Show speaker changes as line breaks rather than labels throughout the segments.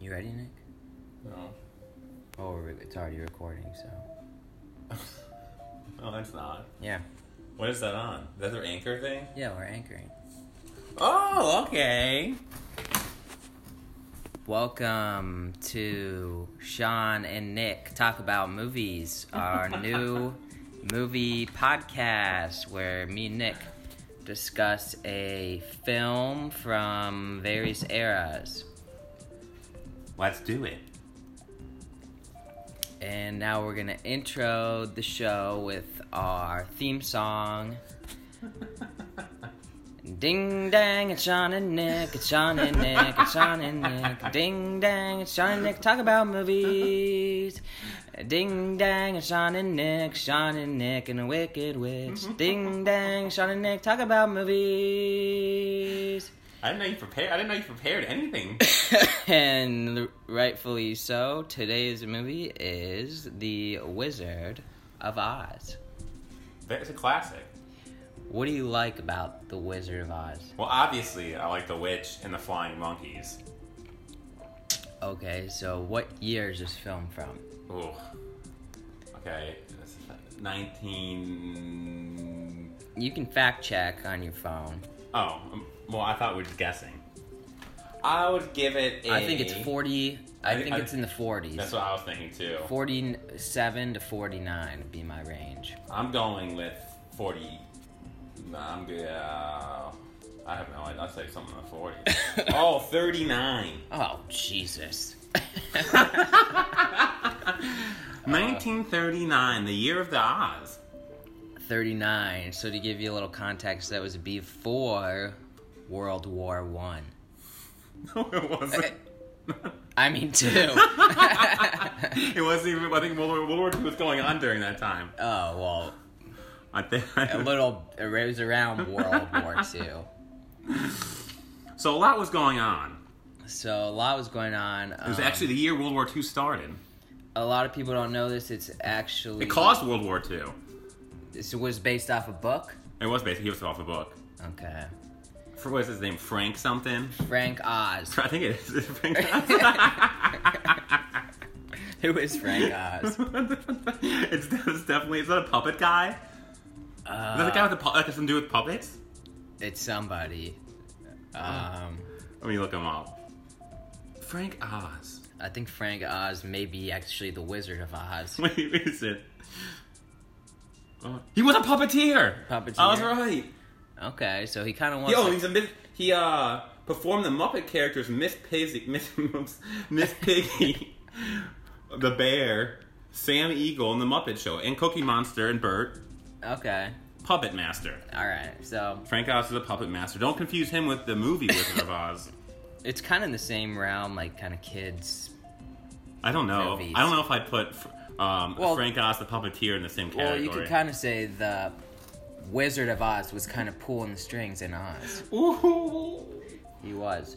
You ready, Nick?
No.
Oh, we're, it's already recording, so.
No, it's Oh, not.
Yeah.
What is that on? Is that their anchor thing?
Yeah, we're anchoring.
Oh, okay.
Welcome to Sean and Nick Talk About Movies, our new movie podcast where me and Nick discuss a film from various eras.
Let's do it.
And now we're going to intro the show with our theme song. Ding dang, it's Sean and Nick, it's Sean and Nick, it's Sean and Nick. Ding dang, it's Sean and Nick, talk about movies. Ding dang, it's Sean and Nick, Sean and Nick, and the Wicked Witch. Ding dang, Sean and Nick, talk about movies.
I didn't know you prepared. I didn't know you prepared anything.
and rightfully so, today's movie is The Wizard of Oz.
That's a classic.
What do you like about The Wizard of Oz?
Well, obviously, I like the witch and the flying monkeys.
Okay, so what year is this film from?
Ooh. Okay. this is Nineteen.
You can fact check on your phone.
Oh, um, well, I thought we were just guessing. I would give it. A...
I think it's 40. I,
I thi-
think
I-
it's in the 40s.
That's what I was thinking too.
47 to 49 would be my range.
I'm going with 40. Nah, I'm good. Uh, I have no idea. I'd say something like 40. oh, 39.
Oh, Jesus.
1939, the year of the Oz.
39. So to give you a little context, that was before World War 1.
No, it wasn't.
I mean, Oh, two.
it wasn't even. I think World War, World War II was going on during that time.
oh, well,
I think.
a little, it was around World War Two.
so a lot was going on.
So a lot was going on. Um,
It was actually the year World War II started.
a lot of people don't know this. It's actually
It caused World War II.
this was based off a book.
It was basically he was off the book.
Okay,
For what's his name? Frank something.
Frank Oz.
I think it is Frank.
Who is Frank Oz?
it's, it's definitely is that a puppet guy? is that the guy with the pu- like something to do with puppets?
It's somebody. Um,
Let me look him up. Frank Oz.
I think Frank Oz may be actually the Wizard of Oz.
Wait, wait a second. Oh, he was a puppeteer. Oh,
Puppeteer.
I was Oh, right.
Okay, so he kind of wants.
Yo,
to-
he's a Miss, he uh performed the Muppet characters Miss Pizzy, Miss Miss Piggy, the Bear, Sam Eagle, and the Muppet Show, and Cookie Monster and Bert,
okay,
Puppet Master.
all right. So
Frank Oz is a puppet master. Don't confuse him with the movie Wizard of Oz.
it's kind of in the same realm, like kind of kids.
I don't know.
Movies.
I don't know if I'd put um,
Well-
Frank Oz the puppeteer in the same
Well,
category.
you could kind of say the Wizard of Oz was kind of pulling the strings in Oz.
Ooh.
He was.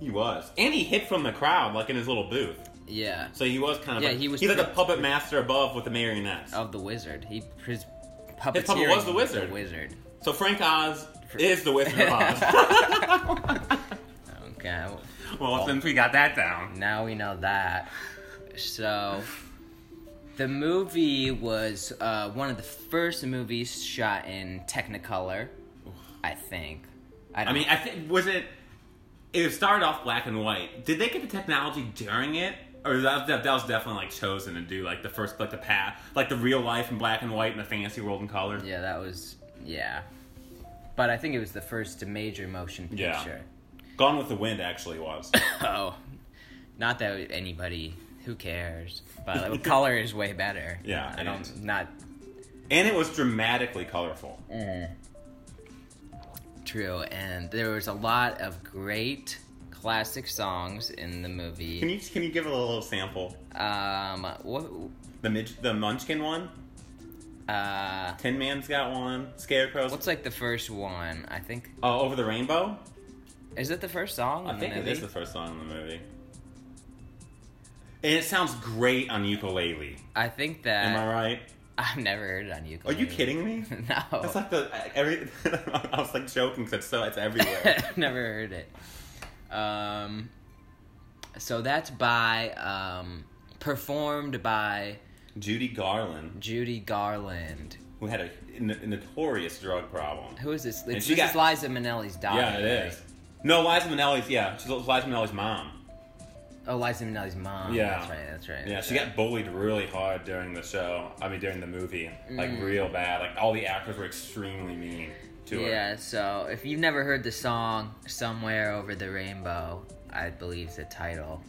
He was, and he hid from the crowd, like in his little booth.
Yeah.
So he was kind of
Yeah,
like-
he was Oh.
He's like
pre-
the puppet master above with the marionettes.
Of the wizard. He his
puppet
puppeteer
was the wizard.
The wizard.
So Frank Oz is the Wizard of Oz.
Okay. well,
well, since we got that down,
Now we know that. So the movie was uh, one of the first movies shot in Technicolor, I think.
I mean, I think was it? It started off black and white. Did they get the technology during it, or that, that, that was definitely like chosen to do like the first like the path like the real life in black and white and the fantasy world in color?
yeah, that was yeah. But I think it was the first major motion
Yeah.
picture.
Gone with the Wind actually was.
Oh, not that anybody who cares, but like, color is way better.
Yeah,
I
it
don't
is.
not
and it was dramatically colorful.
True, and there was a lot of great classic songs in the
Can
movie.
you can you give a little sample?
Um, what?
The midge, the Munchkin one.
Uh,
Tin Man's got one. Scarecrow's.
what's like the first one? I think
uh, Over the Rainbow?
is it the first song?
I
in
think
the
it
movie?
is the first song in the movie. And it sounds great on ukulele.
I think
Am
that
I right?
I've never heard it on
Are
ukulele.
you kidding me?
no,
That's like the uh, every. I was like joking because it's so it's everywhere.
never heard it. Um, So that's by um, performed by
Judy Garland,
Judy Garland.
who had a n- notorious drug problem.
Who is this? It's,
she
this is
got-
Liza Minnelli's daughter.
Yeah, it is. No, Liza Minnelli's. Yeah, she's Liza Minnelli's mom.
Oh, Liza Minnelli's mom.
Yeah.
that's right. That's right.
Yeah, she got bullied really hard during the show. I mean, during the movie, like real bad. Like all the actors were extremely mean to her.
Yeah, so if you've never heard the song "Somewhere Over the Rainbow," I believe is the title.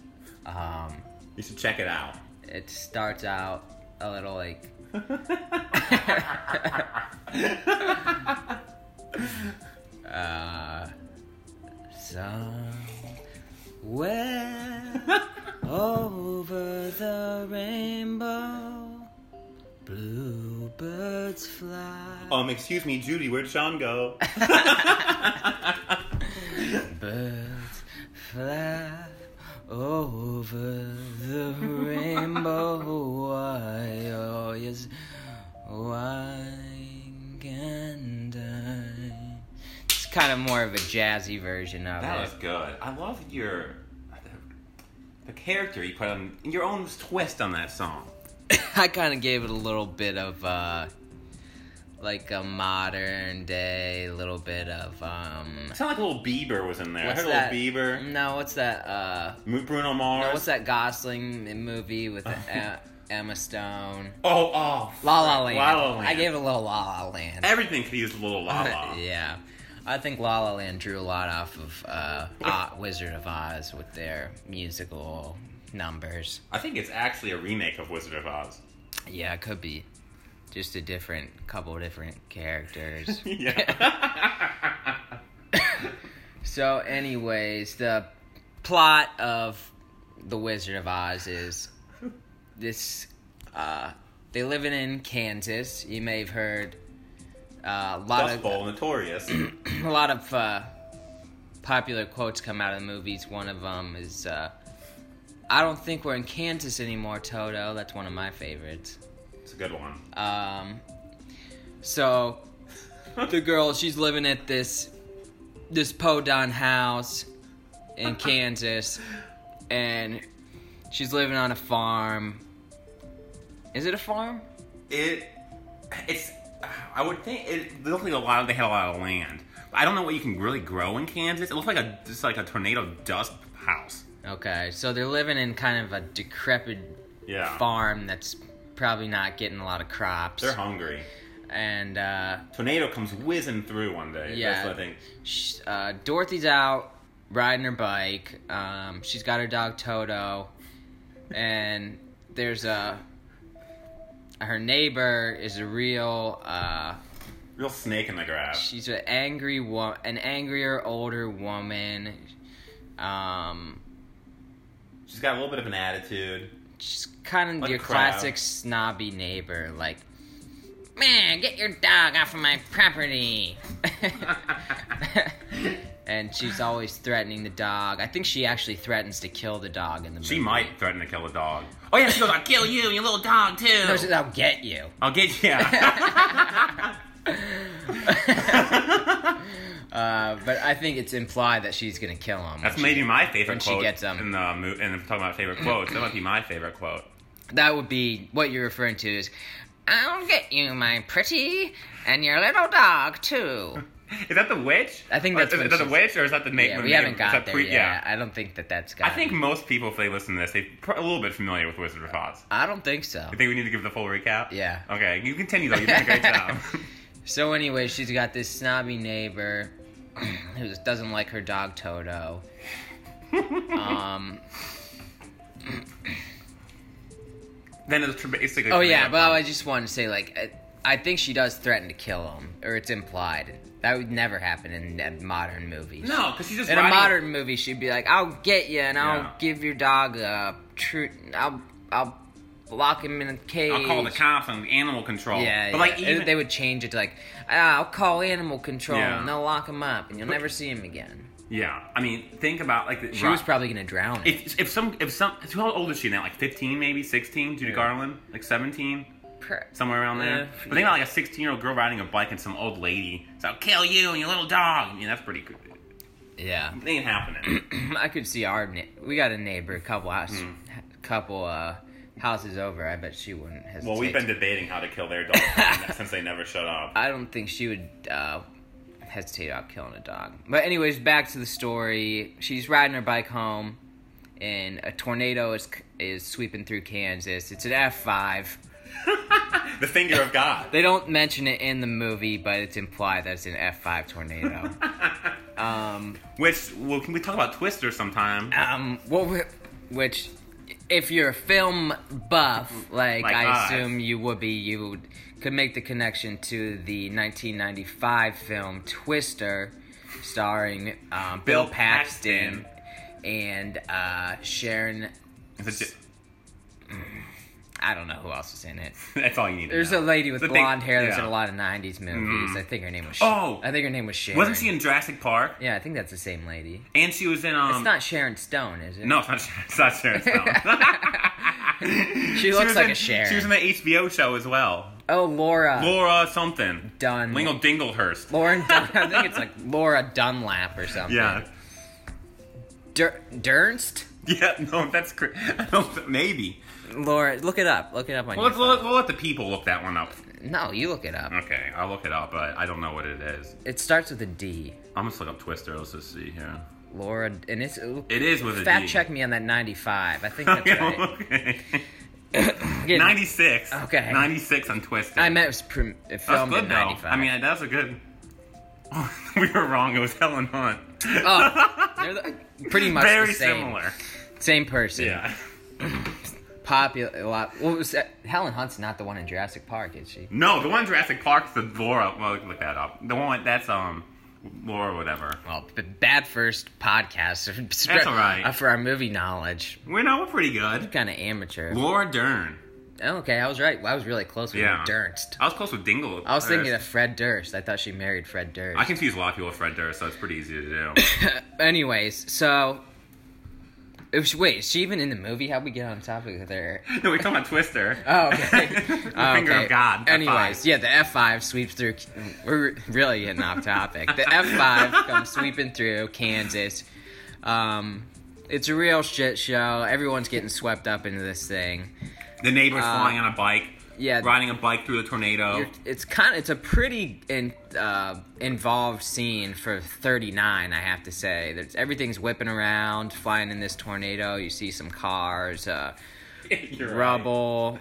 Um,
You should check it out.
it starts out a little like uh, somewhere over the rainbow, bluebirds fly.
Um, excuse me, Judy, where'd Sean go?
Birds fly over the rainbow. Why, oh yes, why can't I? It's kind of more of a jazzy version of
That
it.
was good. I love your the character you put on your own twist on that song.
I kind of gave it a little bit of uh, like a modern day, little bit of um.
It sounded like a little Bieber was in there.
What's
I heard
that?
a little Bieber,
No, what's that? Uh,
Mo- Bruno Mars.
no, what's that Gosling movie with uh, Emma Stone?
Oh, oh,
La La Land.
La La Land.
I gave it a little La La Land.
everything could use a little la la.
yeah. I think La La Land drew a lot off of uh, Oz- Wizard of Oz with their musical numbers.
I think it's actually a remake of Wizard of Oz.
Yeah, it could be just a different couple different characters.
Yeah.
so, anyways, the plot of The Wizard of Oz is this. Uh, they live in Kansas. You may have heard uh, a lot
Dust
of
Bowl, notorious.
a lot of uh, popular quotes come out of the movies. One of them is, uh, "I don't think we're in Kansas anymore, Toto." That's one of my favorites.
it's a good one.
Um, so the girl, she's living at this this podon house in Kansas, and she's living on a farm. Is it a farm?
It, it's. I would think it looks like a lot. Of, they had a lot of land. I don't know what you can really grow in Kansas. It looks like a just like a tornado dust house.
Okay, so they're living in kind of a decrepit
Yeah.
farm that's probably not getting a lot of crops.
They're hungry.
And uh,
Tornado comes whizzing through one day.
Yeah.
That's what I think.
sh- uh, Dorothy's out riding her bike. Um, she's got her dog Toto, and there's a her neighbor is a real uh,
Real snake in the grass.
she's an angry wo- an angrier older woman. Um,
She's got a little bit of an attitude.
She's kind of
Like
your
a crab.
classic snobby neighbor, like, man, get your dog off of my property. and she's always threatening the dog. I think she actually threatens to kill the dog in the movie.
She might threaten to kill a dog. Oh yeah, she goes, "I'll kill you and your little dog too."
No, she- I'll get you.
I'll get you.
Uh, but I think it's implied that she's gonna kill him.
That's maybe my favorite
when she
quote.
gets um, 'em.
in the mo- and if we're talking about favorite quotes, that might be my favorite quote.
That would be what you're referring to is, I'll get you, my pretty, and your little dog too.
Is that the witch?
I think
Or
that's
is,
when
is that the
she's-
witch, or is that the name?
Yeah,
the
we
name-
haven't
is
got
that
there
pre-
yet. I don't think that that's got.
I think most people, if they listen to this, they're pr- a little bit familiar with Wizard of Oz.
I don't think so.
I think we need to give the full recap.
Yeah.
Okay, you continue though. You did a great job.
So anyway, she's got this snobby neighbor who just doesn't like her dog Toto. Um,
then it's tr- basically.
oh yeah, but I just wanted to say like I, I think she does threaten to kill him, or it's implied. That would never happen in uh, modern movies.
no, because she's just
In a
riding-
modern movie, she'd be like, "I'll get you, and I'll
Yeah.
give your dog a true. I'll I'll lock him in a cage.
I'll call the cops on animal control.
Yeah,
but like
yeah.
even
they would change it to like, ah, I'll call animal control
Yeah.
and they'll lock him up and you'll never see him again.
yeah, I mean, think about like the,
She was probably gonna drown him.
if if some if some how old is she now? Like fifteen, maybe sixteen. Judy Garland, like seventeen,
Per-
somewhere around there.
Yeah.
but think about like a sixteen-year-old girl riding a bike and some old lady. So I'll kill you and your little dog. I mean, that's pretty. good.
Yeah.
It ain't happening.
I could see our ne- we got a neighbor, a couple house,
Hmm.
couple uh, houses over. I bet she wouldn't hesitate.
well, we've been debating how to kill their dog since they never shut up.
I don't think she would uh, hesitate about killing a dog. But anyways, back to the story. She's riding her bike home, and a tornado is is sweeping through Kansas. It's an F five.
The finger of God.
They don't mention it in the movie, but it's implied that it's an F five tornado.
Which, well, can we talk about Twister sometime?
um, what we- which, if you're a film buff, like,
Like
I
us.
assume you would be, you would- could make the connection to the 1995 film Twister, starring um, Bill,
Bill
Paxton,
Paxton.
and uh, Sharon.
Is it ju-
I don't know who else was in it.
That's all you need. to
There's
know.
a lady with
The big-
blonde hair that's
yeah. Mm-hmm.
in a lot of 90s movies. I think her name was. Sh-
Oh!
I think her name was Sharon.
Wasn't she in Jurassic Park?
Yeah, I think that's the same lady.
And she was in um.
It's not Sharon Stone, is it?
no, it's not. It's not Sharon Stone.
She looks
was
like
in-
a Sharon.
She was in that HBO show as well.
Oh, Laura.
Laura something.
Dun-
Wingle Dinglehurst.
Lauren, Dun- I think it's like Laura Dunlap or something.
Yeah.
Dur- Dernst?
Yeah. No, that's cr- I don't- maybe.
Laura, look it up. Look it up on
Well,
your
let's, we'll,
phone.
we'll let the people look that one up.
No, you look it up.
Okay, I'll look it up, but I don't know what it is.
It starts with a D.
I'm just look up Twister. Let's just see here.
Laura, and it's.
It is with a
fact
D.
check me on that 95. I think that's right.
okay.
Get-
96.
Okay.
96 on Twister.
I meant it was prim- it
That's
filmed
good
in
though.
95.
I mean, that's a good. we were wrong. It was Helen Hunt.
oh, they're the- pretty much
Very
the same.
similar.
Same person.
Yeah.
Popular. A lot. What was that? Helen Hunt's not the one in Jurassic Park, is she?
No, the one in Jurassic Park's the Laura. Well, look that up. The one that's um Laura whatever.
Well, b- bad first podcast.
That's all right.
Uh, For our movie knowledge.
We know we're pretty good.
Kind of amateur.
Laura Dern.
Okay, I was right. Well, I was really close with
Yeah.
Durst.
I was close with Dingle.
I was thinking of Fred Durst. I thought she married Fred Durst.
I confuse a lot of people with Fred Durst, so it's pretty easy to do.
Anyways, so. it was- Wait, is she even in the movie? How'd we get on topic with her?
no, we're talking about Twister.
Oh, okay.
the
Oh,
finger
okay.
of God.
Anyways, yeah, the F5 sweeps through. We're really getting off topic. The F5 comes sweeping through Kansas. Um, it's a real shit show. Everyone's getting swept up into this thing.
The neighbor's
Uh,
flying on a bike.
yeah.
Riding a bike through a tornado.
You're- it's kind of it's a pretty in, uh, involved scene for 39 i have to say There's, everything's whipping around flying in this tornado you see some cars uh,
You're right.
rubble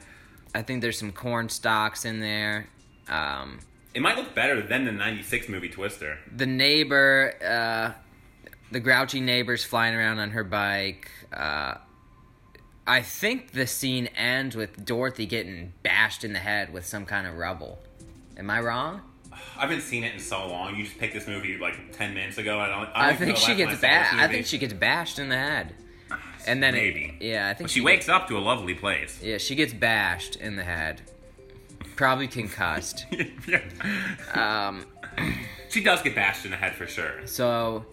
i think there's some corn stalks in there um,
It might look better than the '96 movie Twister.
the neighbor uh, the grouchy neighbor's flying around on her bike uh, i think the scene ends with dorothy getting bashed in the head with some kind of rubble am i wrong
I haven't seen it in so long. You just picked this movie like ten minutes ago. I don't.
I
don't even
think
know
she
the
gets
last time I saw
bashed.
this
I
movie.
think she gets bashed in the head, and then it-
Ah, Maybe.
yeah, I think
But she wakes up to a lovely place.
Yeah, she gets bashed in the head, probably concussed.
Um, she does get bashed in the head for sure.
so,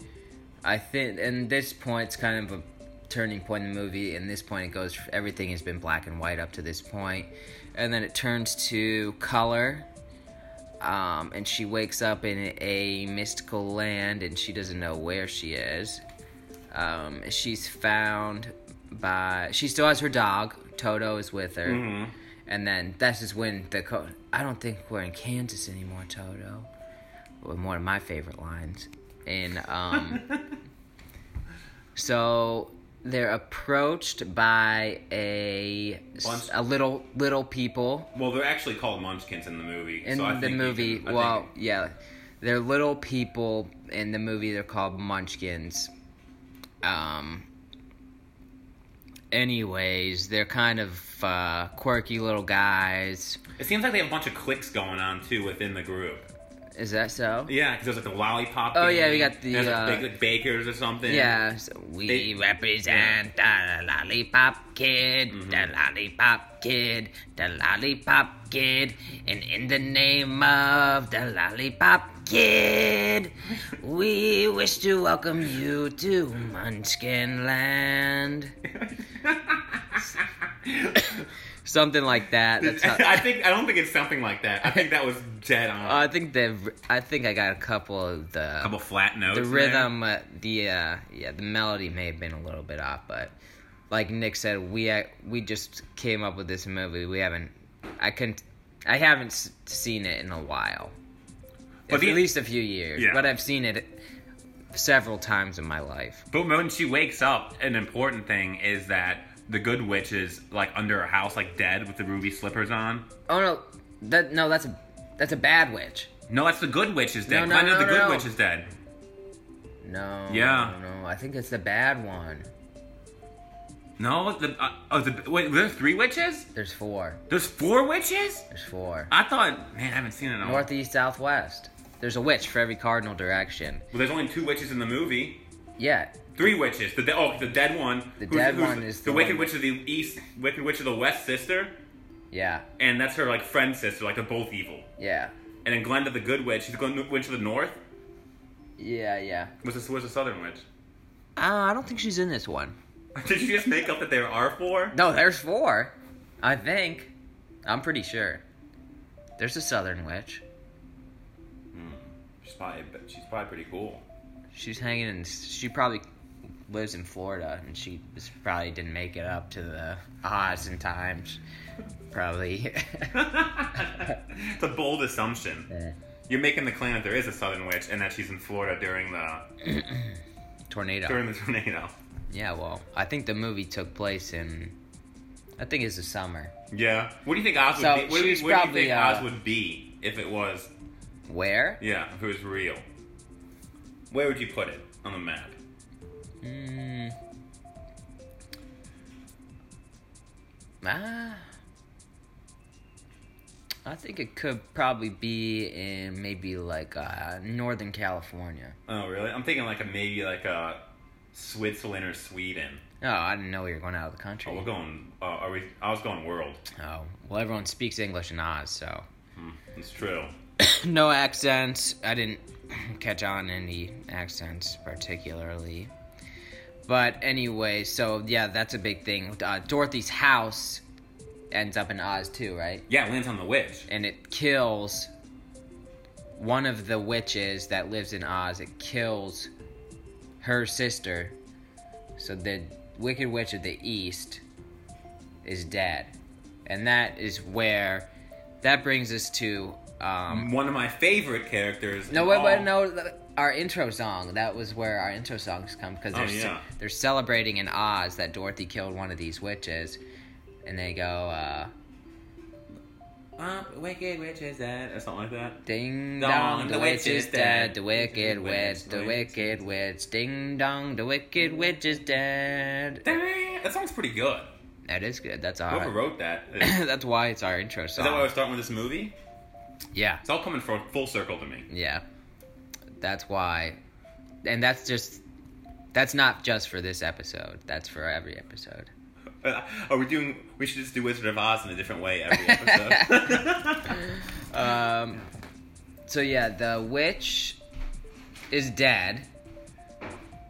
I think, and this point's kind of a turning point in the movie. And this point, it goes everything has been black and white up to this point, and then it turns to color. Um, and she wakes up in a mystical land, and she doesn't know where she is. Um, she's found by. She still has her dog. Toto is with her. And then that's just when the. Co- I don't think we're in Kansas anymore, Toto. Well, One of my favorite lines. And um, so they're approached by a s-
Bunch-
a little little people
Well, they're actually called Munchkins in the movie.
in
so I
the
think you
movie.
can- I
well,
think-
yeah, they're little people in the movie. They're called Munchkins. Um. Anyways, they're kind of uh, quirky little guys.
it seems like they have a bunch of cliques going on too within the group.
Is that so?
Yeah, because there's like the lollipop.
Oh,
gang,
yeah, we got the,
there's,
uh,
like, big like, bakers or something.
Yeah, so we
They-
represent the lollipop kid, the lollipop kid, the lollipop kid, and in the name of the lollipop kid, we wish to welcome you to Munchkin Land. something like that. That's how,
I think I don't think it's something like that. I think that was dead on.
I think the I think I got a couple of the
couple flat notes.
the
in
rhythm, uh, the uh, yeah, the melody may have been a little bit off, but like Nick said, we ac- we just came up with this movie. We haven't, I couldn't, I haven't s- seen it in a while,
But
at
the-
least a few years.
Yeah.
But I've seen it several times in my life.
But when she wakes up, an important thing is that the good witch is like under her house, like dead with the ruby slippers on.
Oh no, that no, that's a that's a bad witch.
No, that's the good witch is dead.
No, no,
Planet of
no,
the good
no.
witch is dead.
No.
Yeah.
No, I think it's the bad one.
No, the uh, oh the wait, were there three witches?
There's four.
There's four witches?
There's four.
I thought, man, I haven't seen it all. Well,
Northeast, southwest. There's a witch for every cardinal direction.
there's only two witches in the movie.
Yeah,
Three witches. The de- oh, the dead one.
The dead one is
the,
the
wicked
one-
witch of the east, wicked witch of the west sister,
yeah,
and that's her like friend sister. Like they're both evil.
yeah,
And then Glenda the good witch. She's the good witch of the north.
yeah, yeah.
Was this was the southern witch?
Uh, I don't think she's in this one.
Did you just make up that there are four?
No, there's four. I think. I'm pretty sure. There's a southern witch.
She's probably, but she's probably pretty cool.
She's hanging in. She probably lives in Florida, and she was- probably didn't make it up to the odds and times. Probably.
it's a bold assumption. You're making the claim that there is a southern witch and that she's in Florida during the
Tornado.
during the tornado.
Yeah, well, I think the movie took place in. I think it's the summer.
Yeah. What do you think Oz would
So,
be? What, do you-
she's
what do you
probably,
think
uh,
Oz would be if it was?
Where?
Yeah, if it was real. Where would you put it on the map?
Mm. Ah. I think it could probably be in maybe like uh, Northern California.
Oh, really? I'm thinking like a maybe like a Switzerland or Sweden.
Oh, I didn't know we were going out of the country.
Oh, we're
Oh,
going. Uh, are we? I was going world. Hmm,
well, everyone speaks English in Oz, so
It's true.
no accents. I didn't catch on any accents particularly. But anyway, so yeah, that's a big thing. Uh, Dorothy's house ends up in Oz too, right?
Yeah, it lands on the witch.
and it kills one of the witches that lives in Oz. It kills her sister. So the Wicked Witch of the East is dead. And that is where that brings us to um
One of my favorite characters.
no
in
wait wait
all-
no th- our intro song that was where our intro songs come because
Oh,
they're, ce-
yeah.
they're celebrating in Oz that Dorothy killed one of these witches and they go uh
Uh, wicked witch is dead, or something like that.
Ding dong, the witch is dead. The wicked witch, the
witch,
wicked witch. Ding dong, the wicked witch is dead.
That song's pretty good.
That is good. That's
Whoever
our.
wrote that. Is, is
That's why it's our intro
that why I
song.
was starting with this movie?
Yeah,
It's all coming for full circle to me.
yeah. That's why, and that's just. That's not just for this episode. That's for every episode.
Uh, are we doing? We should just do Wizard of Oz in a different way every episode.
Um. So yeah, the witch is dead,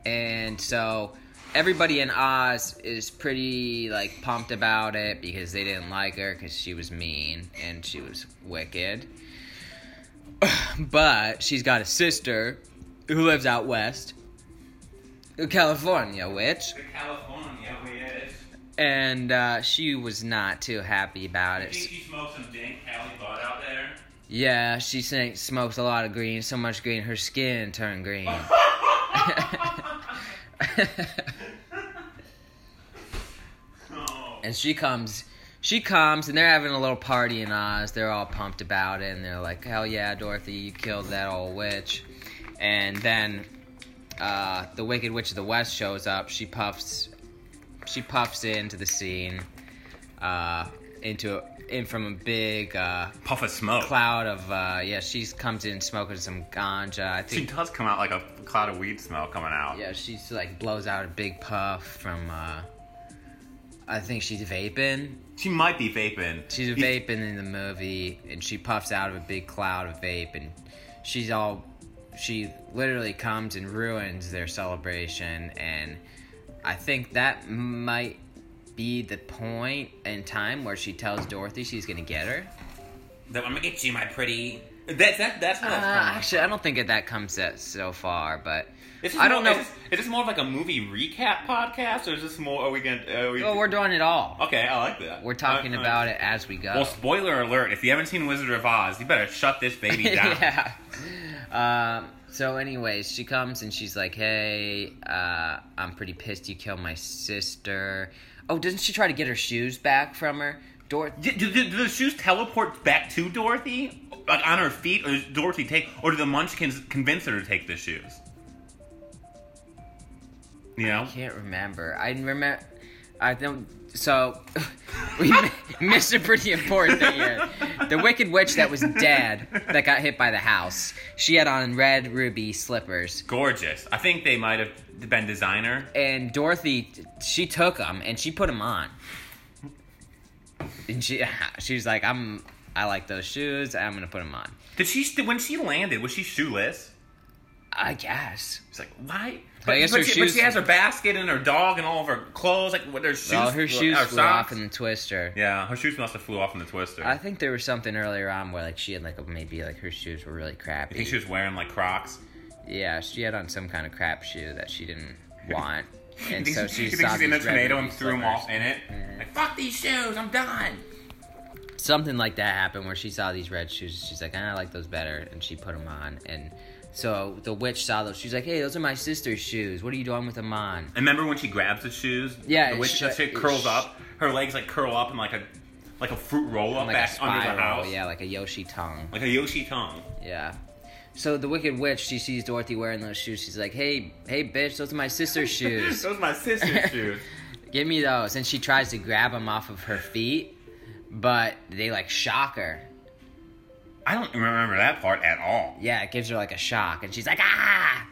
and so everybody in Oz is pretty like pumped about it because they didn't like her because she was mean and she was wicked. but she's got a sister who lives out west, in California, which
California, we is.
and uh, she was not too happy about it.
she smokes some dank alley butt out there?
Yeah, she sang, smokes a lot of green, so much green her skin turned green.
Oh.
and she comes, she comes, and they're having a little party in Oz. They're all pumped about it, and they're like, "Hell yeah, Dorothy, you killed that old witch!" And then uh, the Wicked Witch of the West shows up. She puffs, she puffs into the scene, uh, into a, in from a big uh,
Puff of smoke.
cloud of uh, yeah. She comes in smoking some ganja. I think
She does come out like a cloud of weed smell coming out.
Yeah, she's like blows out a big puff from. uh I think she's vaping.
She might be vaping.
She's
You-
vaping in the movie, and she puffs out of a big cloud of vape, and she's all. She literally comes and ruins their celebration, and I think that might be the point in time where she tells Dorothy she's gonna get her?
That I'm gonna get you, my pretty. That's that. That's what.
Uh,
that's from.
actually, I don't think that that comes at so far, but
Is this
I don't
more-
know.
Is this, is this more of like a movie recap podcast, or is this more? Are we gonna? Are we,
Oh, we're doing it all.
okay, I like that.
We're talking
Uh, uh,
about it as we go.
Well, spoiler alert! If you haven't seen Wizard of Oz, you better shut this baby down.
yeah. Um, so, anyways, she comes and she's like, "Hey, uh, I'm pretty pissed. You killed my sister." Oh, doesn't she try to get her shoes back from her? Dor-
Do, do, do the shoes teleport back to Dorothy, like on her feet, or does Dorothy take, or do the Munchkins convince her to take the shoes? You know,
can't remember. I remember. I don't. So, we mi- missed a pretty important thing here. The Wicked Witch that was dead, that got hit by the house. She had on red ruby slippers,
gorgeous. I think they might have been designer.
and Dorothy, she took them and she put them on. And she, she was like, "I'm, I like those shoes. I'm gonna put them on."
Did she st- when she landed? Was she shoeless?
I guess.
She's like, why?
I guess her
she,
shoes-
she has her basket and her dog and all of her clothes, like what her shoes.
Well, her shoes
her
flew
socks.
off in the twister.
yeah, her shoes must have flew off in the twister.
I
I
think there was something earlier on where like she had like maybe like her shoes were really crappy.
think she was wearing like Crocs.
Yeah, she had on some kind of crap shoe that she didn't want. And
you
so
think
she
she,
saw
you think she's in a
these red
tornado
ruby
and threw them
slippers.
all in it? Like fuck these shoes, I'm done.
Something like that happened where she saw these red shoes. She's like, "Ah, I like those better, and she put them on. And so the witch saw those. She's like, Hey, those are my sister's shoes. What are you doing with them on?
And remember when she grabs the shoes?
Yeah, uh,
the
it
witch,
sh-
that shit
it
curls
sh-
up. Her legs like curl up and like a like a fruit roll up
Like
back
a
under the
spiral,
house.
yeah, like a Yoshi tongue.
Like a Yoshi tongue.
Yeah. So the Wicked Witch, she sees Dorothy wearing those shoes. She's like, "Hey, hey, bitch, those are my sister's shoes.
Those are my sister's shoes.
Give me those." And she tries to grab them off of her feet, but they like shock her,
I don't remember that part at all.
Yeah, it gives her like a shock, and she's like, ah,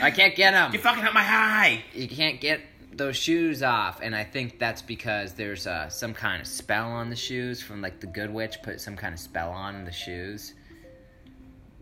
I can't get them.
You're fucking up my high.
You can't get those shoes off, and I think that's because there's uh, some kind of spell on the shoes from like the good witch put some kind of spell on the shoes.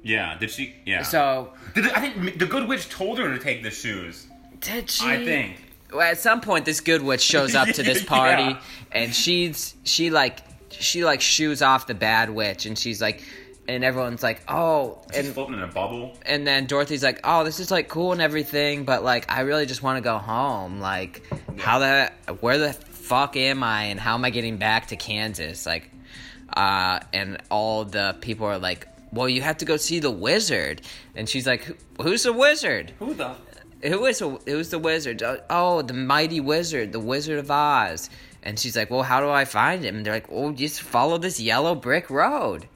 Yeah, did she? Yeah.
So
Did- I think the good witch told her to take the shoes.
did she?
I think.
Well, at some point, this good witch shows up to this party,
Yeah.
and she's she like she like shoes off the bad witch, and she's like, and everyone's like, oh,
She's
and
floating in a bubble.
and then Dorothy's like, "Oh, this is like cool and everything, but like I really just want to go home. Like how the where the fuck am I and how am I getting back to Kansas?" Like uh and all the people are like, "Well, you have to go see the wizard." And she's like, "Who- "Who's the wizard?
Who the?
Who is a, who's the wizard? Oh, the mighty wizard, the Wizard of Oz." And she's like, "Well, how do I find him?" And they're like, "Oh, just follow this yellow brick road."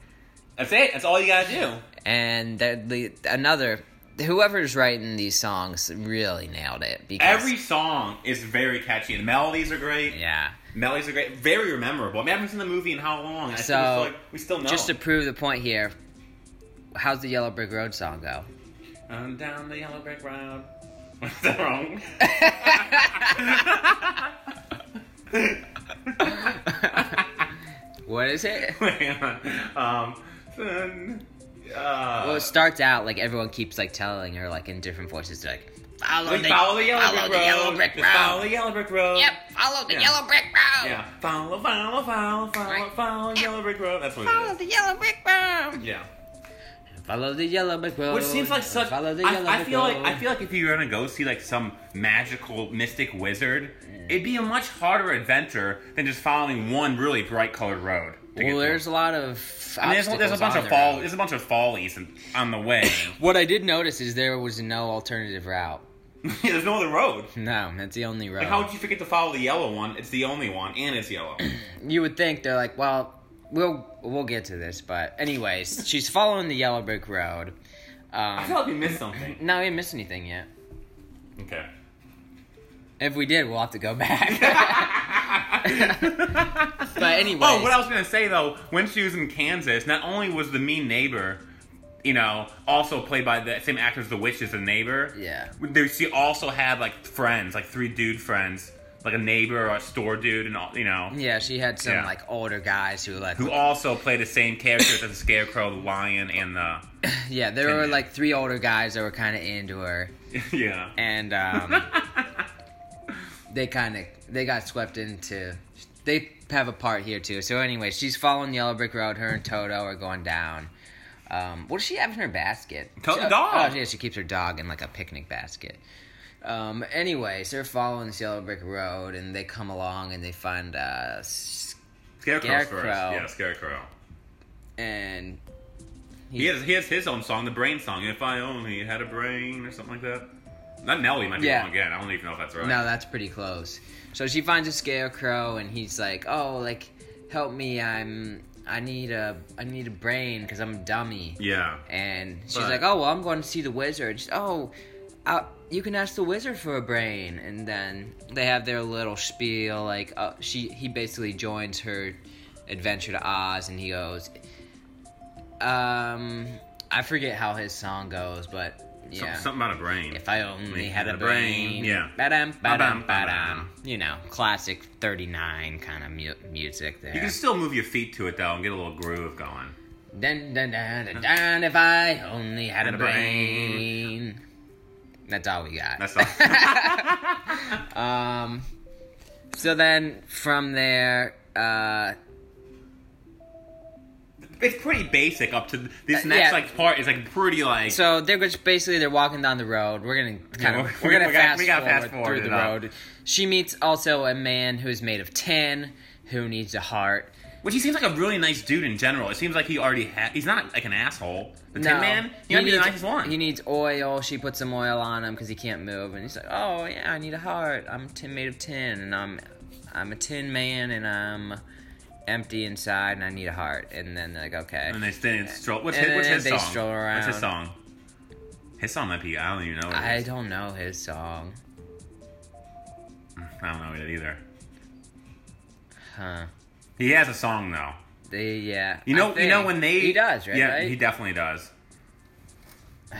That's it. That's all you gotta do.
and that the another whoever's writing these songs really nailed it because
Every song is very catchy. The melodies are great.
yeah
Melodies are great. Very rememberable. I mean, I haven't seen the movie in how long? and I still
So,
feel like we still know.
just to prove the point here how's the yellow brick road song go
I'm down the yellow brick road. What's that wrong?
what is it
Hang on. um, then, uh,
well it starts out like everyone keeps like telling her like in different voices they're like follow,
like,
the,
follow the yellow
follow
brick
the
road.
yellow brick
Just Follow
road."
the yellow brick road.
yep follow the
Yeah.
yellow brick road
Yeah. Follow, follow, follow, follow,
Right.
follow yellow brick road. That's what
follow
it
the yellow brick road
is. Yeah.
follow the yellow brick road
Which seems like such.
follow the yellow
I, I
brick
feel like
road.
I feel like if you were gonna go see like some magical mystic wizard, it'd be a much harder adventure than just following one really bright colored road. to get
well,
to.
there's a lot of
I mean, there's,
obstacles
there's a bunch
on
of
the
fall.
road.
There's a bunch of follies in- on the way.
What I did notice is there was no alternative route.
Yeah, there's no other road.
No, that's the only road.
Like, how would you forget to follow the yellow one? It's the only one, and it's yellow.
you would think they're like, well, we'll we'll get to this, but anyways, she's following the yellow brick road.
I feel
Um,
like we missed something.
no, we didn't miss anything yet.
Okay.
If we did, we'll have to go back. but anyways,
Oh, what I was gonna say though, when she was in Kansas, not only was the mean neighbor, you know, also played by the same actor as the witch as the neighbor.
Yeah.
There, she also had like friends, like three dude friends, like a neighbor or a store dude, and all you know,
yeah, she had some
Yeah.
like older guys who like,
who also played the same characters as the scarecrow, the lion, and the
yeah, there were like three older guys that were kind of into her,
yeah.
and um, they kind of they got swept into. They have a part here too. So anyway, she's following Yellow Brick Road. Her and Toto are going down. Um, what does she have in her basket?
Co-
She-
dog.
Oh, yeah, she keeps her dog in like a picnic basket. Um, anyways, they're following this Yellow Brick Road, and they come along and they find uh, S-
Scarecrow's first.
Scarecrow.
Yeah, Scarecrow.
and
He has, he has his own song, the Brain Song. If I only had a brain or something like that. Not Nelly might be
Yeah.
wrong again. I don't even know if that's right.
No, that's pretty close. So she finds a scarecrow, and he's like, "Oh, like, help me! I'm, I need a, I need a brain because I'm a dummy."
Yeah.
And she's
But-
like, "Oh, well, I'm going to see the wizard." She's, oh, uh, you can ask the wizard for a brain. And then they have their little spiel. Like, uh, she, he basically joins her adventure to Oz, and he goes, "Um, I forget how his song goes, but."
Some-
Yeah.
Something about a brain.
If I only
Only
had a brain.
Yeah.
Ba-dum, ba-dum,
Ba-dum,
ba-dum.
ba-dum.
You know, classic 39 kind of mu- music
You
there.
can still move your feet to it though and get a little groove going.
Dun, dun, dun, dun, dun, if I only had a
Had a brain.
brain. That's all we got.
That's all.
Um, so then from there, uh,
it's pretty basic up to th- this
Uh,
next
yeah.
like part is like pretty like
so they're just basically they're walking down the road. We're gonna kind
Yeah,
of
we-
we're gonna
we got-
fast,
we gotta
forward
fast forward
through the
it up.
road. She meets also a man who's made of tin, who needs a heart.
which he seems like a really nice dude in general. It seems like he already ha- he's not like an asshole. The
No.
Tin Man, he, might be the nicest one.
He needs oil. She puts some oil on him because he can't move, and he's like, "Oh yeah, I need a heart. I'm tin made of tin, and I'm I'm a tin man, and I'm empty inside, and I need a heart." And then they're like, "Okay."
and they stand and stroll. What's
And
his, what's
then
his
they
song?
stroll
What's his
around.
song? His song might be. I don't even know. What it
I
is.
don't know his song,
I don't know it either.
huh?
He has a song though.
They yeah.
You
I
know. You know
think.
when they
he does right.
Yeah,
right?
he definitely does.
oh,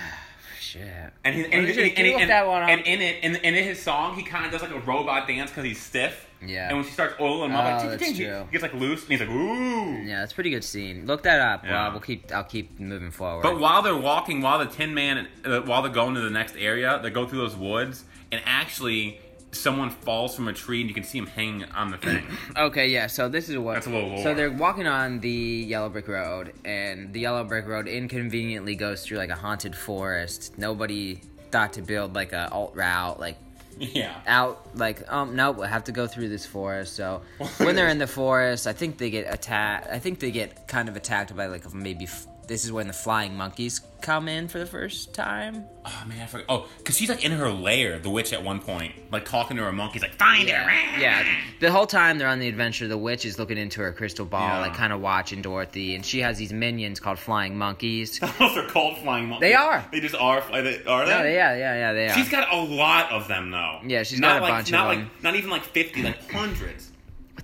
Shit.
And, he, and,
Well,
he-
you should've
and, he-
Googled
and-
that one up.
and in it, and, and in his song, he kind of does like a robot dance because he's stiff.
Yeah.
And when she starts oiling him up,
Oh,
like, ting,
that's
ting, he
true.
he gets like loose, and he's like, ooh.
yeah, that's a pretty good scene. Look that up,
Yeah.
Rob. We'll keep. I'll keep moving forward.
But while they're walking, while the Tin Man, uh, while they're going to the next area, they go through those woods, and actually, someone falls from a tree, and you can see him hanging on the thing.
Okay, yeah. So this is what.
That's a little lore.
So they're walking on the yellow brick road, and the yellow brick road inconveniently goes through like a haunted forest. Nobody thought to build like a alt route, like
yeah.
out, like um, nope, we'll have to go through this forest. So when they're in the forest, I think they get attacked. I think they get kind of attacked by like maybe. F- this is when the flying monkeys come in for the first time.
Oh man, I forgot. Oh, because she's like in her lair, the witch at one point, like talking to her monkeys, like find
Yeah.
her.
yeah. The whole time they're on the adventure, the witch is looking into her crystal ball,
Yeah.
like kind of watching Dorothy, and she has these minions called flying monkeys. no,
Those are called flying monkeys.
They are.
They just are. fly- they- Are they?
yeah, yeah, yeah, they are.
She's got a lot of them though.
Yeah, she's got
not
a
like,
bunch of
not
them.
Like, not even like fifty, like hundreds.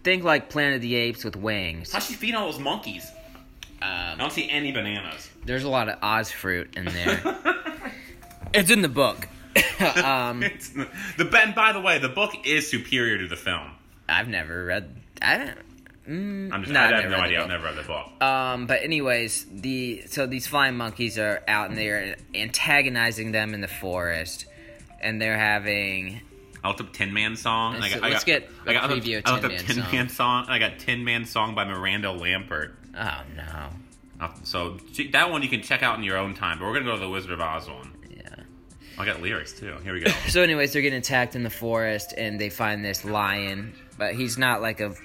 Think like Planet of the Apes with wings.
How's she feeding all those monkeys? I
Um,
don't see any bananas.
there's a lot of Oz fruit in there. it's in the book. um,
It's the the and by the way, the book is superior to the film.
I've never read. I don't. Mm,
I'm just,
no,
I
I've
have
never read
no
the
idea.
book.
I've never read the book.
Um, but anyways, the so these flying monkeys are out and they're antagonizing them in the forest, and they're having
I looked up Tin Man song. And I
Let's-
got, I
let's
got,
get a
I got, I looked-
preview of
I
Tin
looked up
Man
Tin
song.
Man song, and I got Tin Man song by Miranda Lambert.
oh no,
Uh, So she- that one you can check out in your own time. But we're gonna go to the Wizard of Oz one.
yeah.
I got lyrics too. Here we go.
So, anyways, they're getting attacked in the forest, and they find this lion, but he's not like a,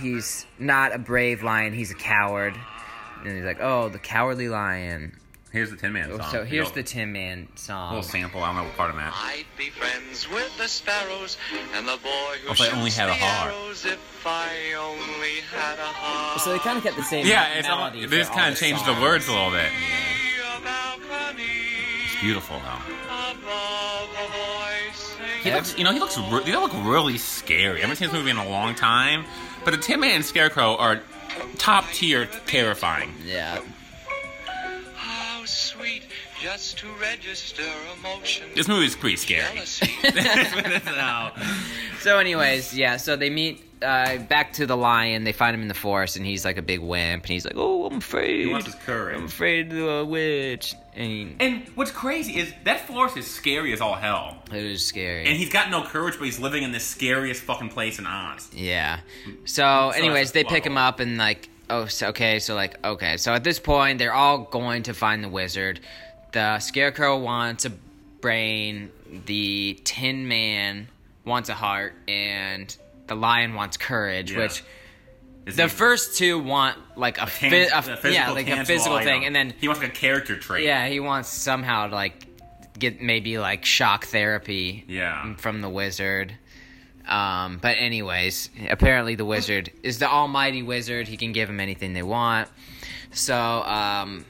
he's not a brave lion. He's a coward, and he's like, "Oh, the cowardly lion."
Here's the Tin Man song.
So
Here you
here's
go.
the Tin Man
little
song.
sample. I don't know what part I'm at.
I'd be friends with the sparrows and the boy who
If I
shoots
only had
the
a heart.
arrows. If I only had a heart.
So they kind of kept the same.
Yeah, it's all,
melody
they
for
just
all
kind of changed the
songs.
words a little bit.
Of
It's
Albany,
beautiful though.
above a voice singing.
He looks, you know, he looks, re- they look really scary. I haven't seen this movie in a long time, but the Tin Man and Scarecrow are top tier terrifying.
Yeah,
How sweet just to register emotion.
This movie is pretty scary.
Jealousy.
That's how-
So, anyways, yeah. So they meet uh, back to the lion. They find him in the forest, and he's like a big wimp, and he's like, "Oh, I'm afraid.
He wants his courage.
I'm afraid of a witch." And
And what's crazy is that forest is scary as all hell.
it was scary.
And he's got no courage, but he's living in the scariest fucking place in Oz.
yeah. So, anyways,
Mm. that's-
they pick
wow.
him up, and like, oh, so, okay. So, like, okay. So at this point, they're all going to find the wizard. The scarecrow wants a brain. The Tin Man wants a heart, and the lion wants courage,
Yeah.
which.
Is
The
he-
first two want like a,
tan-
fi- a
a
f- yeah, like a
tangible
physical
item.
thing, and then
he wants like a character trait.
yeah, he wants somehow to like get maybe like shock therapy
Yeah.
from the wizard. Um, but anyways, apparently the wizard is the almighty wizard. He can give him anything they want. So um,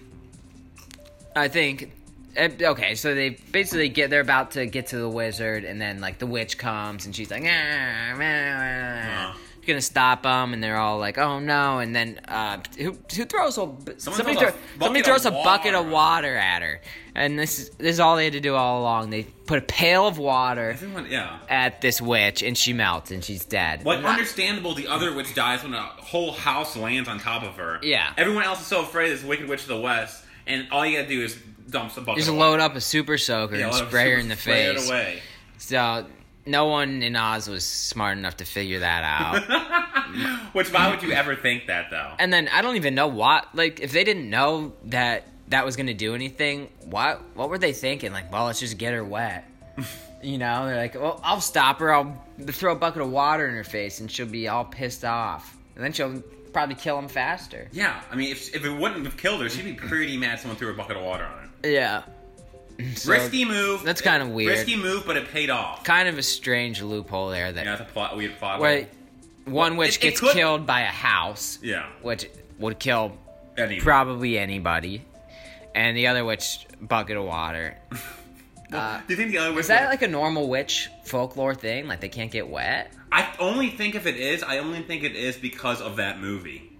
I think eh, okay. So they basically get they're about to get to the wizard, and then like the witch comes, and she's like, "Ah, ah, ah."
Uh.
She's gonna stop them, and they're all like, "Oh no!" And then uh, who who throws a somebody,
throws
throw,
a
somebody
bucket
throws a
of
bucket of
water.
water at her, and this is this is all they had to do all along. They put a pail of water
Everyone, yeah.
at this witch, and she melts, and she's dead.
Like understandable, the other witch dies when a whole house lands on top of her.
Yeah.
Everyone else is so afraid of this wicked witch of the west, and all you gotta do is dump some bucket.
Just
of
load up a super soaker
water.
and
Yeah, let
spray her
her
in the
spray it
face.
away.
So no one in Oz was smart enough to figure that out.
Which why would you ever think that though?
and then I don't even know what like if they didn't know that that was gonna do anything, what what were they thinking? Like, well, let's just get her wet. You know, they're like, well, I'll stop her. I'll throw a bucket of water in her face, and she'll be all pissed off, and then she'll probably kill him faster.
Yeah, I mean, if, if it wouldn't have killed her, she'd be pretty mad someone threw a bucket of water on her.
Yeah, So-
Risky move.
That's kinda weird.
Risky move, but it paid off.
kind of a strange loophole there that
Yeah, that's a plot, weird plot.
where one
Well,
witch
it- it
gets
could-
killed by a house,
Yeah.
which would kill
Anyway.
probably anybody, and the other witch bucket of water.
Do you think the other witch?
Is that like a normal witch folklore thing? Like they can't get wet?
I only think if it is, I only think it is because of that movie.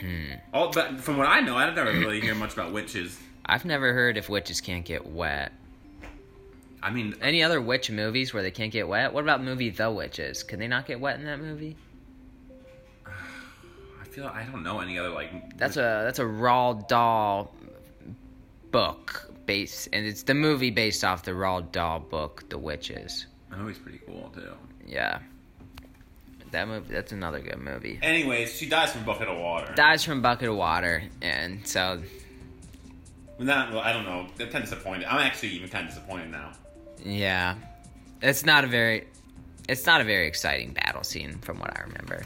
Hmm. Oh, but from what I know, I don't ever really hear much about witches.
I've never heard if witches can't get wet.
I mean,
Any other witch movies where they can't get wet? What about movie The Witches? Can they not get wet in that movie?
I feel I don't know any other like.
That's a that's a Roald Dahl book base, and it's the movie based off the Roald Dahl book, The Witches.
that movie's pretty cool too.
Yeah, that movie. That's another good movie.
Anyways, she dies from a bucket of water.
Dies from bucket of water, and so
Not, well, I don't know. I'm kind of disappointed. I'm actually even kind of disappointed now.
yeah, it's not a very, it's not a very exciting battle scene from what I remember.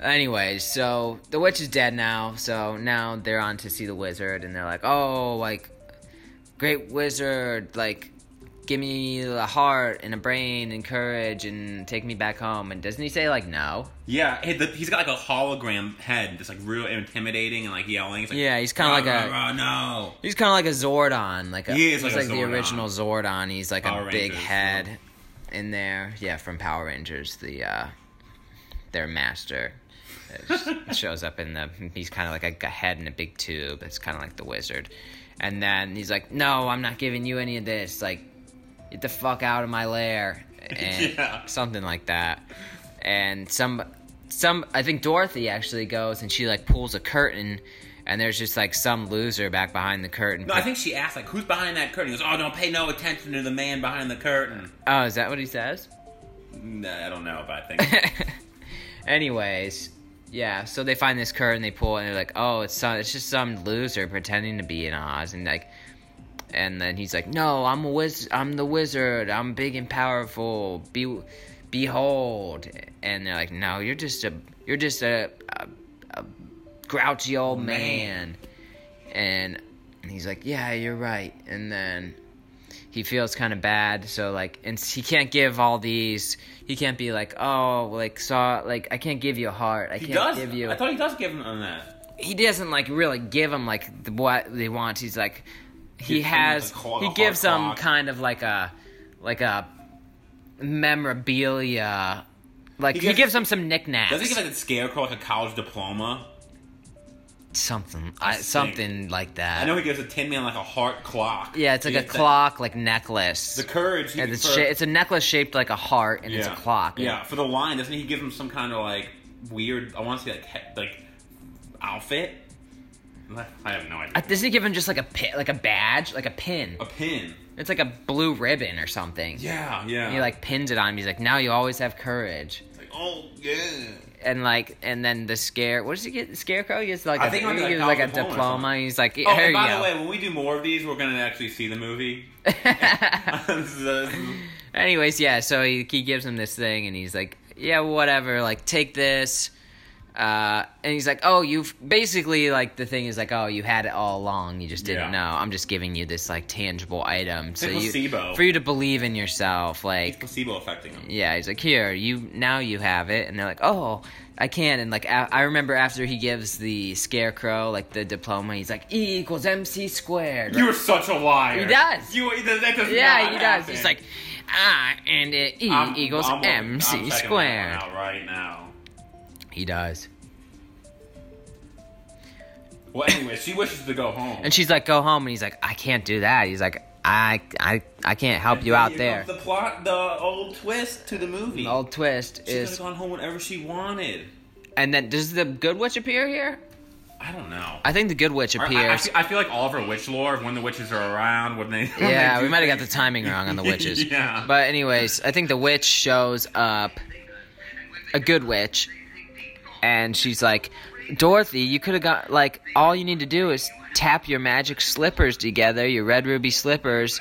Anyways, so the witch is dead now, so now they're on to see the wizard, and they're like, oh, like, great wizard, like, give me a heart and a brain and courage and take me back home. And doesn't he say like no?
Yeah, he- the- he's got like a hologram head that's like real intimidating and like yelling. It's like,
Yeah, he's kinda like a-
"Rah, rah, no.
He's kind of like a Zordon, like a,
He is
he's
like
like,
a
the
Zordon.
original Zordon. He's like
Power
a big
Rangers,
head in there, yeah, from Power Rangers. The uh, their master It shows up in the. He's kind of like a, a head in a big tube. It's kind of like the wizard, and then he's like, "No, I'm not giving you any of this. Like, get the fuck out of my lair," and
Yeah.
something like that. And some, some, I think Dorothy actually goes and she like pulls a curtain. And there's just like some loser back behind the curtain.
No, I think she asked like, "Who's behind that curtain?" He goes, "Oh, don't pay no attention to the man behind the curtain."
Oh, is that what he says?
Nah, I don't know, but I think
Anyways, yeah. So they find this curtain, they pull, it, and they're like, "Oh, it's some, it's just some loser pretending to be an Oz," and like, and then he's like, "No, I'm a wiz, I'm the wizard. I'm big and powerful. Be, behold." And they're like, "No, you're just a, you're just a, a, a grouchy old man.
Man.
And he's like, "Yeah, you're right." And then he feels kind of bad, so like, and he can't give all these. He can't be like, "Oh, like saw, like I can't give you a heart. I
he
can't
does.
give you."
I thought he does give him on that.
he doesn't like really give them like the, what they want. He's like he
Gives them,
has
like, call-
he
a hard
gives them
clock.
kind of like a like a memorabilia. Like he
He
gives,
gives-
them some knickknacks.
Doesn't he get like a scarecrow like a college diploma?
something, I,
think.
something like that.
I know he gives a Tin Man like a heart clock.
yeah, it's like a
He-
clock, like necklace.
The courage. He
and it's,
for-
sha- it's a necklace shaped like a heart, and it's a clock.
Yeah, for the line, doesn't he give him some kind of like weird? I want to say like he- like outfit. I have no idea.
I- Doesn't he give him just like a pin, like a badge, like a pin?
a pin.
It's like a blue ribbon or something.
Yeah, yeah.
And he like pins it on him. He's like, now you always have courage.
Like, oh yeah.
And like, and then the scare. What does he get? The scarecrow. He gets like
I
a-
think it might be
he
like
gets like a
Alfred Holmes or
diploma.
something.
He's like, here
Oh, and
you
by
go.
the way, when we do more of these, we're gonna actually see the movie. This is- uh, this is-
Anyways, yeah. So he he gives him this thing, and he's like, yeah, whatever. Like, take this. Uh, and he's like, oh, you've basically like the thing is like, oh, you had it all along. You just didn't
Yeah.
know. I'm just giving you this like tangible item, so
a
you
placebo.
for you to believe in yourself. Like,
it's placebo affecting him.
Yeah, he's like, here, you now you have it, and they're like, oh, I can, and like a- I remember after he gives the scarecrow like the diploma, he's like, E equals MC squared.
You're such a liar.
He does.
You that does
yeah,
not
he does.
happen.
He's like, ah, and it, E
I'm-
equals
I'm- I'm
MC
checking that one
squared.
out right now.
He does,
Well, anyway, she wishes to go home.
and she's like, go home, and he's like, I can't do that. He's like, I, I, I can't help you
Here
out
comes
there.
The plot, the old twist to the movie.
The old twist
she could have
is,
gone home whenever she wanted.
and then does the good witch appear here?
I don't know.
I think the good witch
Or I- I, I,
appears.
feel, I feel like all of her witch lore, when the witches are around, when they when
yeah,
they
we
do
might have got the
things-
timing wrong on the witches.
Yeah.
But anyways, I think the witch shows up, a good witch, and she's like, Dorothy, you could have got like all you need to do is tap your magic slippers together, your red ruby slippers,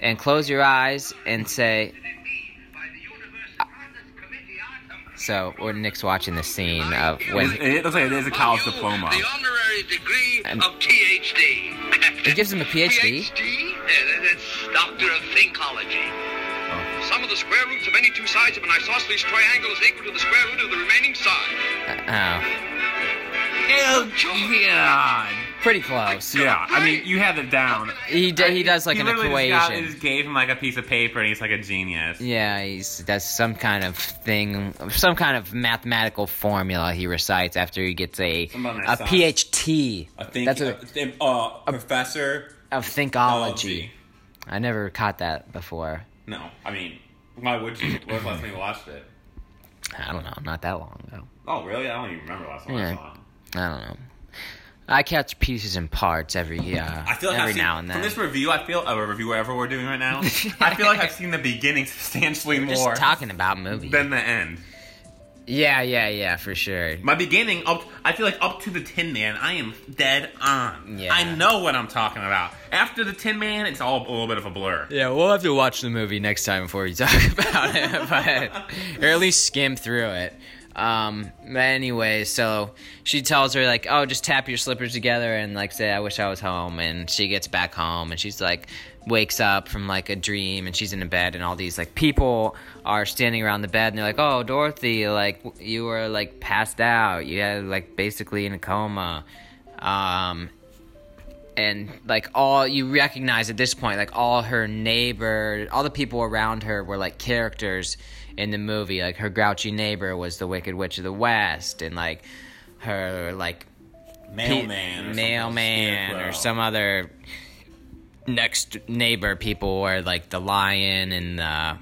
and close your eyes and say. So, or Nick's watching the scene of when
it looks like it is a college diploma.
The honorary degree of PhD.
it gives him a PhD.
Yeah, that's Doctor of Thinkology.
Oh.
Sum of the square roots of any two sides of an isosceles triangle is equal to the square root of the remaining side.
Oh,
Hell yeah.
pretty close.
Yeah, I mean, you have it down.
He d- he does like
he
an
literally
equation.
Just, got, just gave him like a piece of paper, and he's like a genius.
Yeah, he's that's some kind of thing, some kind of mathematical formula he recites after he gets a
Some of my
a
songs.
PhD.
I think
that's
that's
what,
a, uh, professor.
of thinkology. I never caught that before.
No, I mean, why would you? What was the last time you watched it?
I don't know, not that long ago.
Oh, really? I don't even remember last time
Yeah.
I saw it.
I don't know. I catch pieces and parts every uh,
I feel like
every
I've seen,
now and then.
From this review, I feel of a review whatever we're doing right now. I feel like I've seen the beginning substantially
just
more
talking about movies.
than the end.
yeah, yeah, yeah, for sure.
My beginning up, I feel like up to the Tin Man, I am dead on.
Yeah.
I know what I'm talking about. After the Tin Man, it's all a little bit of a blur.
Yeah, we'll have to watch the movie next time before we talk about it, but or at least skim through it. Um, but anyway, so she tells her like, "Oh, just tap your slippers together and like say I wish I was home." And she gets back home and she's like wakes up from like a dream and she's in a bed and all these like people are standing around the bed and they're like, "Oh, Dorothy, like w- you were like passed out. You had like basically in a coma." Um, and like all you recognize at this point like all her neighbor all the people around her were like characters in the movie like her grouchy neighbor was the wicked witch of the west and like her like pe-
Mailman, or
mailman
something.
or some other next neighbor people were like the lion and the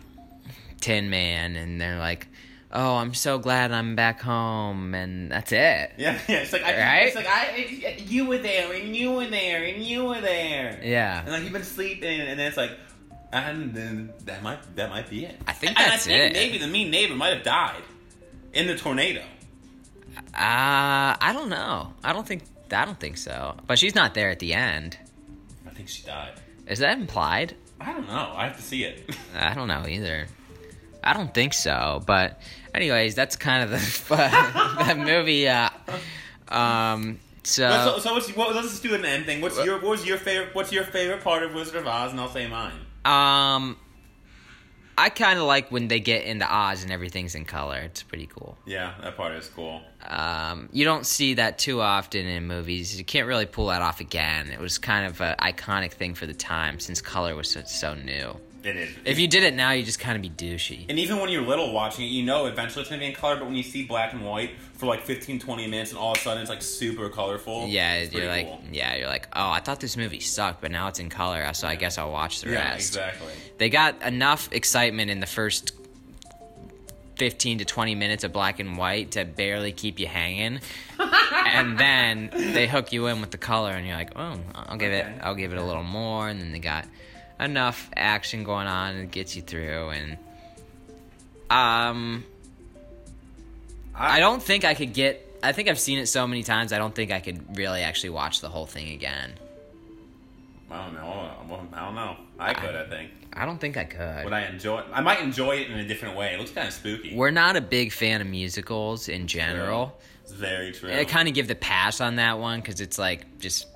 tin man and they're like oh i'm so glad i'm back home and that's it
Yeah, yeah. It's like I,
Right?
it's like I, you were there, and you were there, and you were there.
yeah
And like you've been sleeping, and then it's like, and then that might that might be it.
I think
And
that's
I think
it.
Maybe the mean neighbor might have died in the tornado.
Uh, I don't know. I don't think. I don't think so. But she's not there at the end.
I think she died.
Is that implied?
I don't know. I have to see it.
I don't know either. I don't think so. But, anyways, that's kind of the that movie. Uh, um.
so,
So,
so what's, what, let's just do an end thing. What's
uh,
your what was your favorite? What's your favorite part of Wizard of Oz? And I'll say mine.
um, I kind of like when they get into Oz and everything's in color. It's pretty cool.
Yeah, that part is cool.
Um, you don't see that too often in movies. You can't really pull that off again. It was kind of an iconic thing for the time since color was so, so new.
It is.
If you did it now, you just kind of be douchey.
And even when you're little watching it, you know eventually it's going to be in color, but when you see black and white for like 15, 20 minutes and all of a sudden it's like super colorful.
Yeah,
it's
you're
pretty
like,
cool.
yeah, you're like, oh, I thought this movie sucked, but now it's in color, so I guess I'll watch the
Yeah,
rest.
exactly.
They got enough excitement in the first 15 to 20 minutes of black and white to barely keep you hanging. and then they hook you in with the color and you're like, "Oh, I'll give
Okay.
it I'll give it a little more." And then they got enough action going on and it gets you through and um I don't think I could get I think I've seen it so many times I don't think I could really actually watch the whole thing again.
I don't know. I don't know. I could, I think.
I don't think I could.
Would I enjoy it? I might enjoy it in a different way. It looks kind of spooky.
We're not a big fan of musicals in general.
It's very true.
I kind of give the pass on that one because it's like just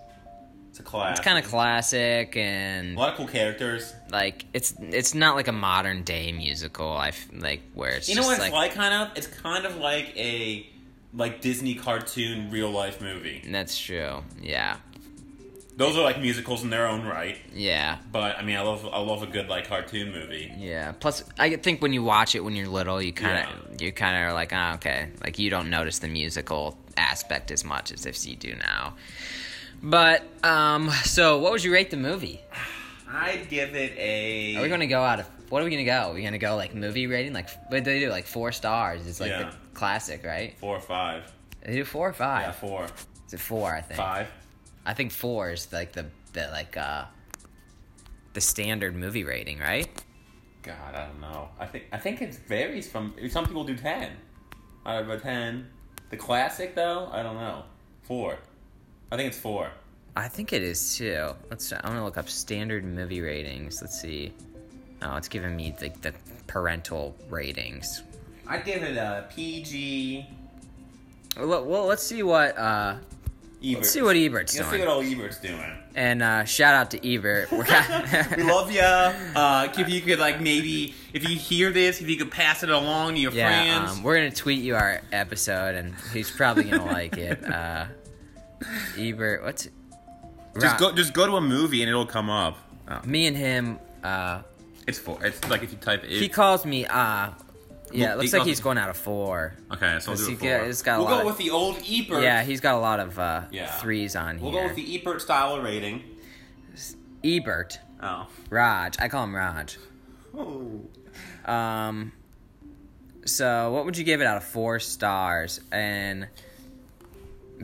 it's a class.
it's kind of classic and
A lot of cool characters.
like it's it's not like a modern day musical. I f- like where it's
you know
just
what it's
like,
like, kind of? It's kind of like a like Disney cartoon real life movie.
that's true. Yeah,
Those are like musicals in their own right.
yeah,
But I mean I love I love a good like cartoon movie.
yeah. Plus, I think when you watch it when you're little, you kind of you kind of are like, oh, okay, like you don't notice the musical aspect as much as if you do now. But um, so what would you rate the movie?
I'd give it a
Are we gonna go out of what are we gonna go? Are we gonna go like movie rating? Like what they do? Like four stars. It's like
Yeah.
the classic, right?
four or five.
They do four or five.
Yeah, four.
Is it four? I think.
Five.
I think four is like the the like uh the standard movie rating, right?
God, I don't know. I think I think it varies from some people do ten. Out of a ten. The classic though, I don't know. Four. I think it's four.
I think it is too. Let's. I'm gonna look up standard movie ratings. Let's see. Oh, it's giving me like the parental ratings.
I'd give it a PG
Well, well let's see what uh
Ebert.
let's see what Ebert's
Let's see
doing.
what old Ebert's doing.
and uh, shout out to Ebert. We're
we love you. Uh, if you could, like, maybe if you hear this, if you could pass it along to your
Yeah,
friends.
um, we're gonna tweet you our episode, and he's probably gonna like it. Uh, Ebert, what's
just
Ron-
go, just go to a movie and it'll come up. Oh,
Me and him. Uh,
it's four. It's like if you type it.
he calls me. Uh, yeah,
Well,
it looks
he
like
calls-
he's going out of four.
okay, so I'll
Let's
do
see,
it four.
yeah, it's got a
we'll
lot
go
of-
with the old Ebert.
Yeah, he's got a lot of uh,
Yeah.
threes on
We'll
here.
go with the Ebert style rating.
Ebert,
Oh.
Raj. I call him Raj.
Oh.
Um, so what would you give it out of four stars? And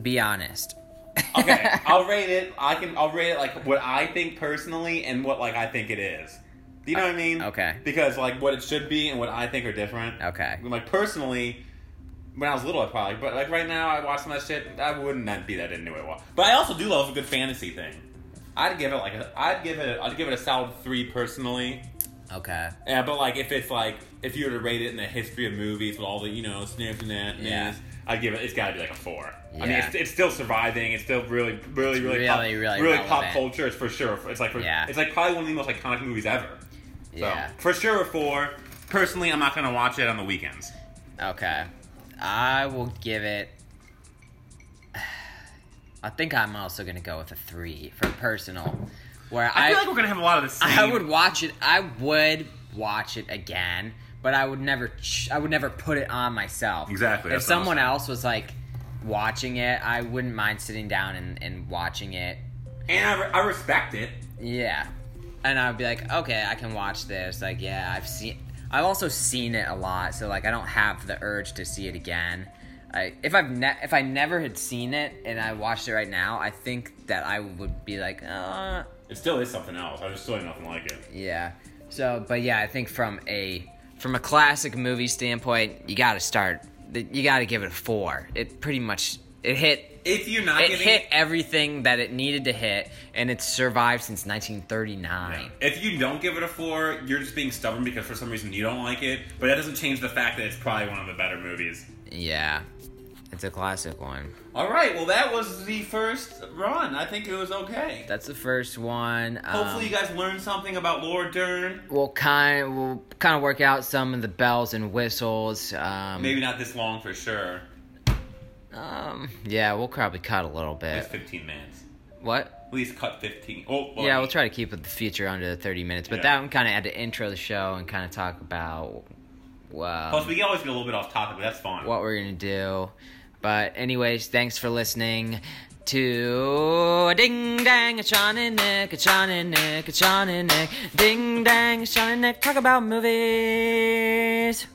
be honest.
Okay, I'll rate it. I can. I'll rate it like what I think personally and what like I think it is. Do you know what I mean?
okay.
Because like what it should be and what I think are different.
Okay.
Like personally, when I was little, I probably, but like right now, I watch some of that shit. I wouldn't not be that into it. But I also do love a good fantasy thing. I'd give it like a, I'd give it I'd give it a solid three personally.
Okay.
Yeah, but like if it's like if you were to rate it in the history of movies with all the you know sniffs and that,
Yeah.
yeah. I'd give it. It's got to be like a four. I mean,
Yeah.
it's, it's still surviving. It's still really, really, really,
really,
pop,
really
pop
relevant.
culture. It's for sure. It's like for,
Yeah.
it's like probably one of the most iconic movies ever. So,
Yeah.
for sure a four. Personally, I'm not gonna watch it on the weekends.
Okay. I will give it. I think I'm also gonna go with a three for personal, where
I,
I
feel like we're gonna have a lot of the same.
I would watch it. I would watch it again, but I would never. Ch- I would never put it on myself.
Exactly,
If
that's what I'm
someone
saying.
else was like watching it, I wouldn't mind sitting down and, and watching it.
and I, re- I respect it.
Yeah, and I'd be like, okay, I can watch this. Like, yeah, I've seen. I've also seen it a lot, so like I don't have the urge to see it again. I, if I've ne- if I never had seen it and I watched it right now, I think that I would be like, uh,
It still is something else. I just still ain't nothing like it.
yeah. So, but yeah, I think from a from a classic movie standpoint, you got to start. You got to give it a four. It pretty much it hit
If you're not
it
giving
hit everything that it needed to hit, and it's survived since 1939.
If you don't give it a four, you're just being stubborn because for some reason you don't like it. But that doesn't change the fact that it's probably one of the better movies.
Yeah, it's a classic one.
All right, well that was the first run. I think it was okay.
That's the first one.
Hopefully you
Um,
guys learned something about Laura Dern.
we'll kind we'll kind of work out some of the bells and whistles. Um,
Maybe not this long for sure.
Um, yeah, we'll probably cut a little
It's
bit.
15 minutes.
What?
At least cut 15. Oh, well,
yeah, we'll try to keep the feature under the 30 minutes, but
Yeah.
that one kind of had to intro the show and kind of talk about uh,
Plus,
well,
we can always get a little bit off topic, but that's fine.
what we're going to do. But, anyways, thanks for listening to Ding Dang, it's Sean and Nick, it's Sean and Nick, it's Sean and Nick. Ding Dang, it's Sean and Nick, talk about movies.